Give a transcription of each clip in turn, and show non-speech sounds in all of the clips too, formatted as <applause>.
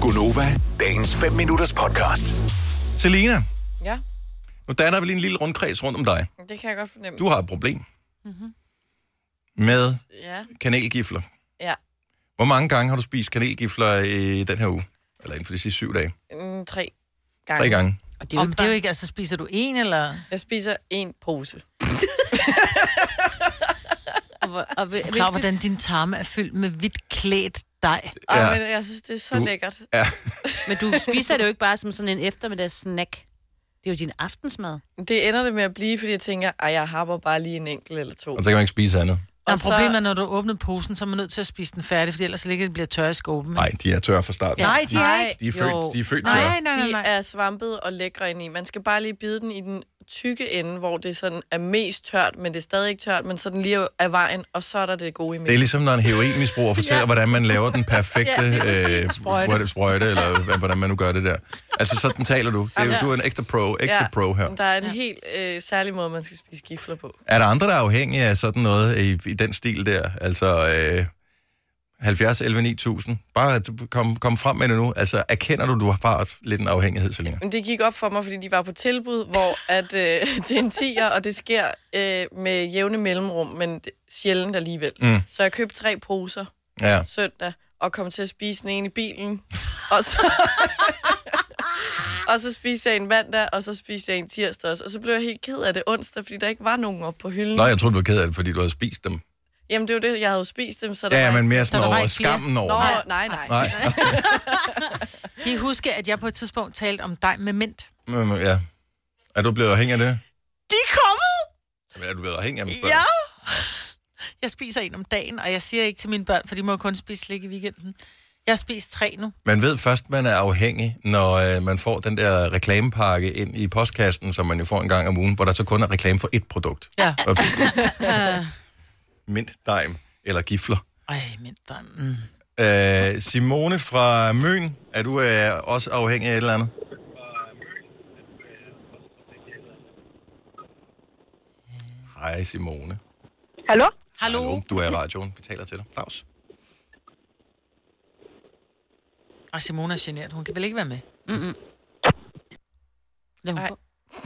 Gunova, dagens 5 minutters podcast. Selina, Ja, nu danner vi lige en lille rundkreds rundt om dig. det kan jeg godt fornemme. Du har et problem mm-hmm. med Ja, kanelgifler. ja. Hvor mange gange har du spist kanelgifler i den her uge? Eller inden for de sidste syv dage? Mm, tre gange. Tre gange. Og det er, jo, Om det er jo der- ikke, altså spiser du en, eller... Jeg spiser en pose. Og, og hvil- Klar, over, hvilke- hvordan din tarme er fyldt med hvidt klædt dej. Ej, Ja. ja. men jeg synes, det er så Du- du... lækkert. Ja, Men du spiser det jo ikke bare som sådan en eftermiddagssnack. Det er jo din aftensmad. Det ender det med at blive, fordi jeg tænker, at jeg happer bare lige en enkelt eller to. og så kan man ikke spise andet. Der er så- problemet, er, når du åbner posen, så er man nødt til at spise den færdig, for ellers ligger det bliver tør i skåben. Nej, de er tørre fra starten. Nej, de er Nej. ikke. De er født, Jo. de er født tørre. Nej, nej, nej, De nej. er svampede og lækre ind i. Man skal bare lige bide den i den tykke ende, hvor det sådan er mest tørt, men det er stadig ikke tørt, men så den lige af vejen, og så er der det gode Det i er midten. ligesom, når en heroinmisbruger fortæller, ja. hvordan man laver den perfekte Ja, lige ja, øh, sprøjte. Hvad, sprøjte, eller hvad- hvordan man nu gør det der. Altså, sådan taler du. Det er, jo- Du er en ekstra pro, ekstra ja. pro her. men Der er en helt øh, særlig måde, man skal spise gifler på. Er der andre, der er afhængige af sådan noget i, i den stil der? Altså øh, 70, 11, 9000. Bare at du- kom, kom frem med det nu. Altså erkender du, du har bare lidt en afhængighed så længe? Men det gik op for mig, fordi de var på tilbud, hvor at, øh, <laughs> til en 10'er, og det sker øh, med jævne mellemrum, men det- sjældent alligevel. Mm. Så jeg købte tre poser Ja. søndag, og kom til at spise den ene i <laughs> bilen, og så... <laughs> og så spiste jeg en mandag, og så spiste jeg en tirsdag også. Og så blev jeg helt ked af det onsdag, fordi der ikke var nogen oppe på hylden. Nå, jeg troede, du var ked af det, fordi du havde spist dem. Jamen, det var det, jeg havde jo spist dem, så der Ja, var... ja men mere sådan der var over ikke flere. skammen over. Nå, det. nej, nej. nej. Nej. <laughs> Kan I huske, at jeg på et tidspunkt talte om dej med mint? Men, men, ja. Er du blevet afhængig af det? De er kommet! Eller Er du blevet afhængig af dem? Ja! Jeg spiser en om dagen, og jeg siger ikke til mine børn, for de må jo kun spise slik i weekenden. Jeg har spist tre nu. Man ved først, man er afhængig, når øh, man får den der reklamepakke ind i postkassen, som man jo får en gang om ugen, hvor der så kun er reklame for ét produkt. Ja. Og- Mint, dejm eller gifler. Ej, mint dej. Mm. Øh, Simone fra Møn, er du øh, også afhængig af et eller andet? Hej Simone. Hallo? Hallo? Hallo, du er i radioen. Vi taler til dig. Claus. Og Simone er generet. Hun kan vel ikke være med? Lad hun Ej. gå.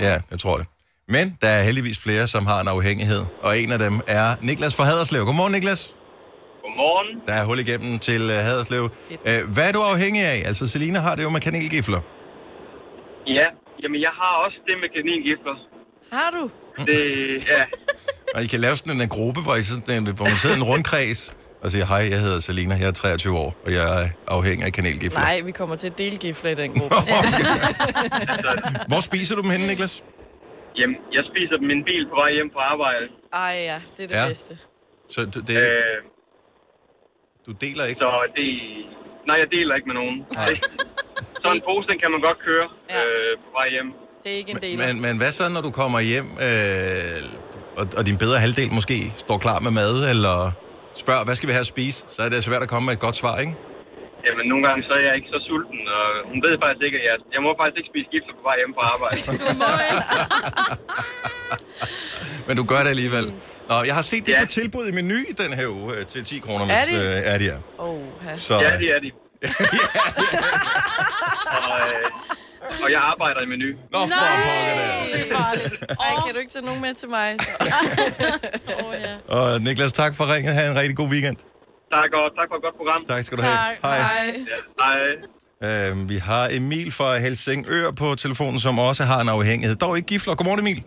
Ja, jeg tror det. Men der er heldigvis flere, som har en afhængighed. Og en af dem er Niklas fra Haderslev. Godmorgen, Niklas. Godmorgen. Der er hul igennem til øh, Haderslev. Øh, hvad er du afhængig af? Altså, Selina har det jo med kanelgifler. Ja, jamen jeg har også det med kaningifter. Har du? Det, ja, Og I kan lave sådan en gruppe, hvor, I sådan, en- hvor man sidder i en rundkreds og siger, hej, jeg hedder Selina, jeg er 23 år, og jeg er afhængig af kanelgifler. <laughs> Nej, vi kommer til at dele gifler i den gruppe. <laughs> Hvor spiser du dem henne, Niklas? altså, jamen, jeg spiser dem i en bil på vej hjem fra arbejde. Ej ja, det er det Ja. ja. bedste. Så du, det, Øh, du deler ikke? så det... Nej, jeg deler ikke med nogen. Nej. Så en pose, den kan man godt køre Ja. øh, på vej hjem. Det er ikke en del af Men, men hvad så, når du kommer hjem, øh, og, og din bedre halvdel måske står klar med mad, eller spørger, hvad skal vi have at spise? Så er det altså svært at komme med et godt svar, ikke? Jamen, nogle gange så er jeg ikke så sulten, og hun ved faktisk ikke, at jeg, jeg må faktisk ikke spise gifter på vej hjem fra <laughs> arbejde. Men du gør det alligevel. Nå, jeg har set det Ja. på tilbud i menu i den her uge øh, til 10 kroner, hvis Er det? øh, er det er. Oh, ha. Så, Ja, det <laughs> er de. og, øh, og jeg arbejder i menu. Nå, for pokker det. Ej, kan du ikke tage nogen med til <laughs> mig? oh, ja. Og Niklas, tak for ringet. Ha' en rigtig god weekend. Tak, og tak for et godt program. Tak skal du have. Hej. Ja, hej. Øhm, vi har Emil fra Helsingør på telefonen, som også har en afhængighed. Dog ikke gifler. Godmorgen, Emil.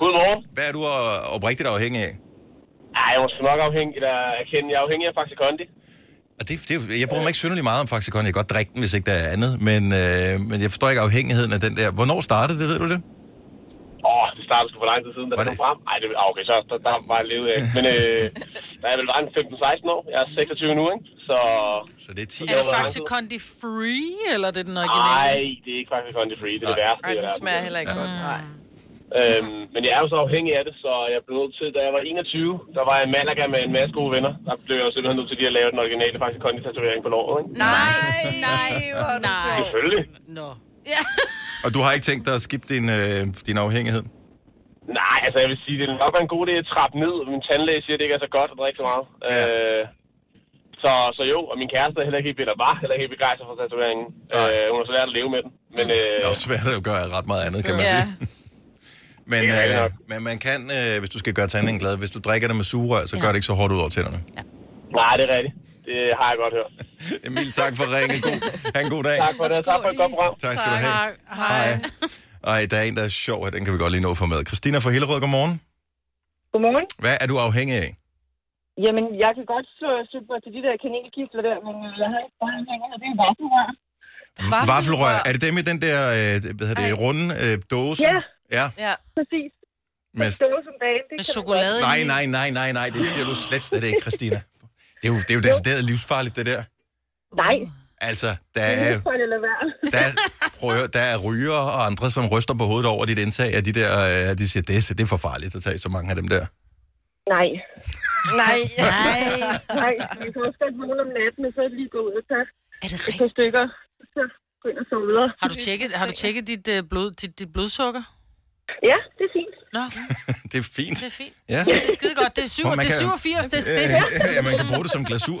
Godmorgen. Hvad er du øh, oprigtigt afhængig af? Ej, jeg var sgu nok afhængig af at erkende. Jeg er afhængig af faktisk kondi. Og det, det, jeg bruger mig ikke synderlig meget om faktisk Jeg kan godt drikke den, hvis ikke der er andet. Men, øh, men jeg forstår ikke afhængigheden af den der. Hvornår startede det, ved du det? Åh, det startede sgu for lang tid siden, da Var det det- kom frem. Ej, det, ah, okay, så der, der var jeg levet af. Men <laughs> øh, da jeg vel var en 15-16 år, jeg er 26 nu, ikke? Så Så det er 10 Er det år. faktisk Condi Free, eller er det den ej, originale? det er ikke faktisk kondi free. Det er det Nej. værste. Ej, i den verden. smager heller ikke godt. Nej. Øhm, men jeg er jo så afhængig af det, så jeg blev nødt til, da jeg var 21, der var jeg i Malaga med en masse gode venner. Der blev jeg jo simpelthen nødt til lige at lave den originale faktisk kondi-tatovering på låret, ikke? Nej, nej, hvor er det Nej. sjovt. Selvfølgelig. Nå. Og du har ikke tænkt dig at skifte din, øh, din afhængighed? Nej, altså jeg vil sige, det er nok en god idé at trappe ned. Min tandlæge siger, at det ikke er så godt at drikke så meget. Ja. Ja. Øh, Så, så jo, og min kæreste er heller ikke helt, eller var heller ikke helt begejstret for tatoveringen. Nej. Øh, hun har så lært at leve med den. Men, øh, Det er også svært at gøre ret meget andet, kan man Ja. sige. Men, Det er rigtigt øh, nok. men man kan, øh, hvis du skal gøre tanden glad, hvis du drikker det med sugerør, så gør det ikke så hårdt ud over tænderne. nej, det er rigtigt. Det har jeg godt hørt. Emil, tak for ringen. God, ha' en god dag. Tak for det. Tak for et godt program. tak skal du have. Hej. Ej, der er en, der er sjov, og den kan vi godt lige nå for med. Christina fra Hillerød, godmorgen. Godmorgen. Hvad er du afhængig af? Jamen, jeg kan godt slå super til de der kanelkifler der, men øh, jeg har ikke bare hænger, og det er vaffelrør. Vaffelrør. Vaffelrør. Er det dem i den der øh, hvad hedder Ej. det, runde øh, dåse? Ja. ja Ja. Præcis. med, Stål som dagen, det Med kan man chokolade nej, i. nej, nej, nej, nej. Det siger du slet slet ikke, Christina. Det er jo, det er jo decideret livsfarligt, det der. godt. Nej, Altså, der det er, tror jeg, det lader være. der, prøv at høre, der er ryger og andre, som ryster på hovedet over dit indtag af de der, øh, de siger, det, er- det er for farligt at tage så mange af dem der. <laughs> Nej, Nej. Nej. nej. Man kan også godt vågne om natten, og så lige gå ud og tage Er det et par rigtigt? stykker, så gå ind og sove videre. Har du tjekket, har du tjekket dit, øh, blod, dit, dit blodsukker? Ja, det er fint. <laughs> Nå, Det er fint. det er fint. Ja. Det er skide godt. Det er, syv, Hvor man det er kan- 87, det er, det er fedt. Øh, ja, man kan bruge det som glasur.